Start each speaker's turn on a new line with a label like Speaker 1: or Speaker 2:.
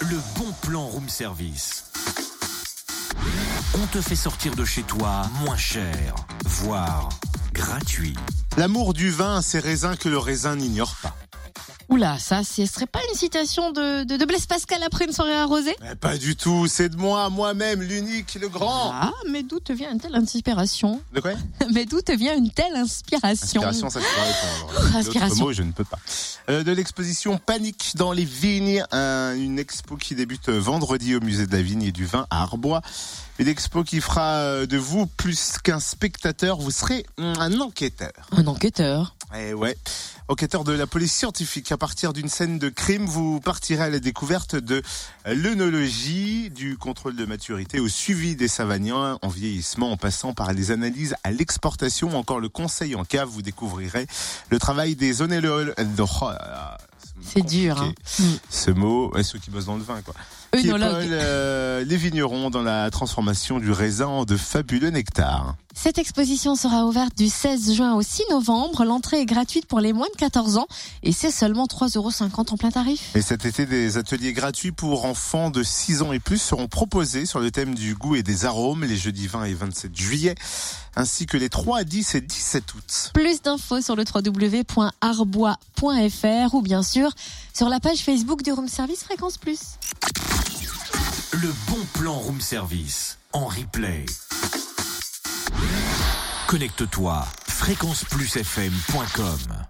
Speaker 1: le bon plan room service. On te fait sortir de chez toi moins cher, voire gratuit.
Speaker 2: L'amour du vin, c'est raisin que le raisin n'ignore pas.
Speaker 3: Oula, ça, ce serait pas une citation de, de, de Blaise Pascal après une soirée arrosée
Speaker 2: Mais Eh, pas du tout, c'est de moi, moi-même, l'unique, le grand.
Speaker 3: Ah, mais d'où te vient une telle inspiration
Speaker 2: De quoi
Speaker 3: Mais d'où te vient une telle inspiration
Speaker 2: Inspiration, ça je pourrais répondre. D'autres
Speaker 3: Inspiration.
Speaker 2: mots, je ne peux pas. Euh, de l'exposition Panique dans les vignes, un- une expo qui débute vendredi au musée de la vigne et du vin à Arbois. Une expo qui fera euh, de vous plus qu'un spectateur, vous serez hum, un enquêteur.
Speaker 3: Un enquêteur.
Speaker 2: Eh ouais. Enquêteur de la police scientifique, à partir d'une scène de crime, vous partirez à la découverte de l'œnologie, du contrôle de maturité au suivi des savagnins en vieillissement, en passant par les analyses à l'exportation, ou encore le conseil en cave. Vous découvrirez le travail des euh, oh, œnologues.
Speaker 3: C'est dur. hein. Mm.
Speaker 2: ah, Ce mot, ouais, ceux qui bossent dans le vin, quoi. Qui
Speaker 3: Œnologue.
Speaker 2: épaulent, euh, les vignerons dans la transformation du raisin en de fabuleux nectar.
Speaker 3: Cette exposition sera ouverte du 16 juin au 6 novembre. L'entrée est gratuite pour les moins de 14 ans et c'est seulement 3,50 euros en plein tarif.
Speaker 2: Et cet été, des ateliers gratuits pour enfants de 6 ans et plus seront proposés sur le thème du goût et des arômes les jeudis 20 et 27 juillet, ainsi que les 3, 10 et 17 août.
Speaker 3: Plus d'infos sur le www.arbois.fr ou bien sûr sur la page Facebook du Room Service Fréquence Plus.
Speaker 1: Le bon plan room service en replay. Connecte-toi fréquenceplusfm.com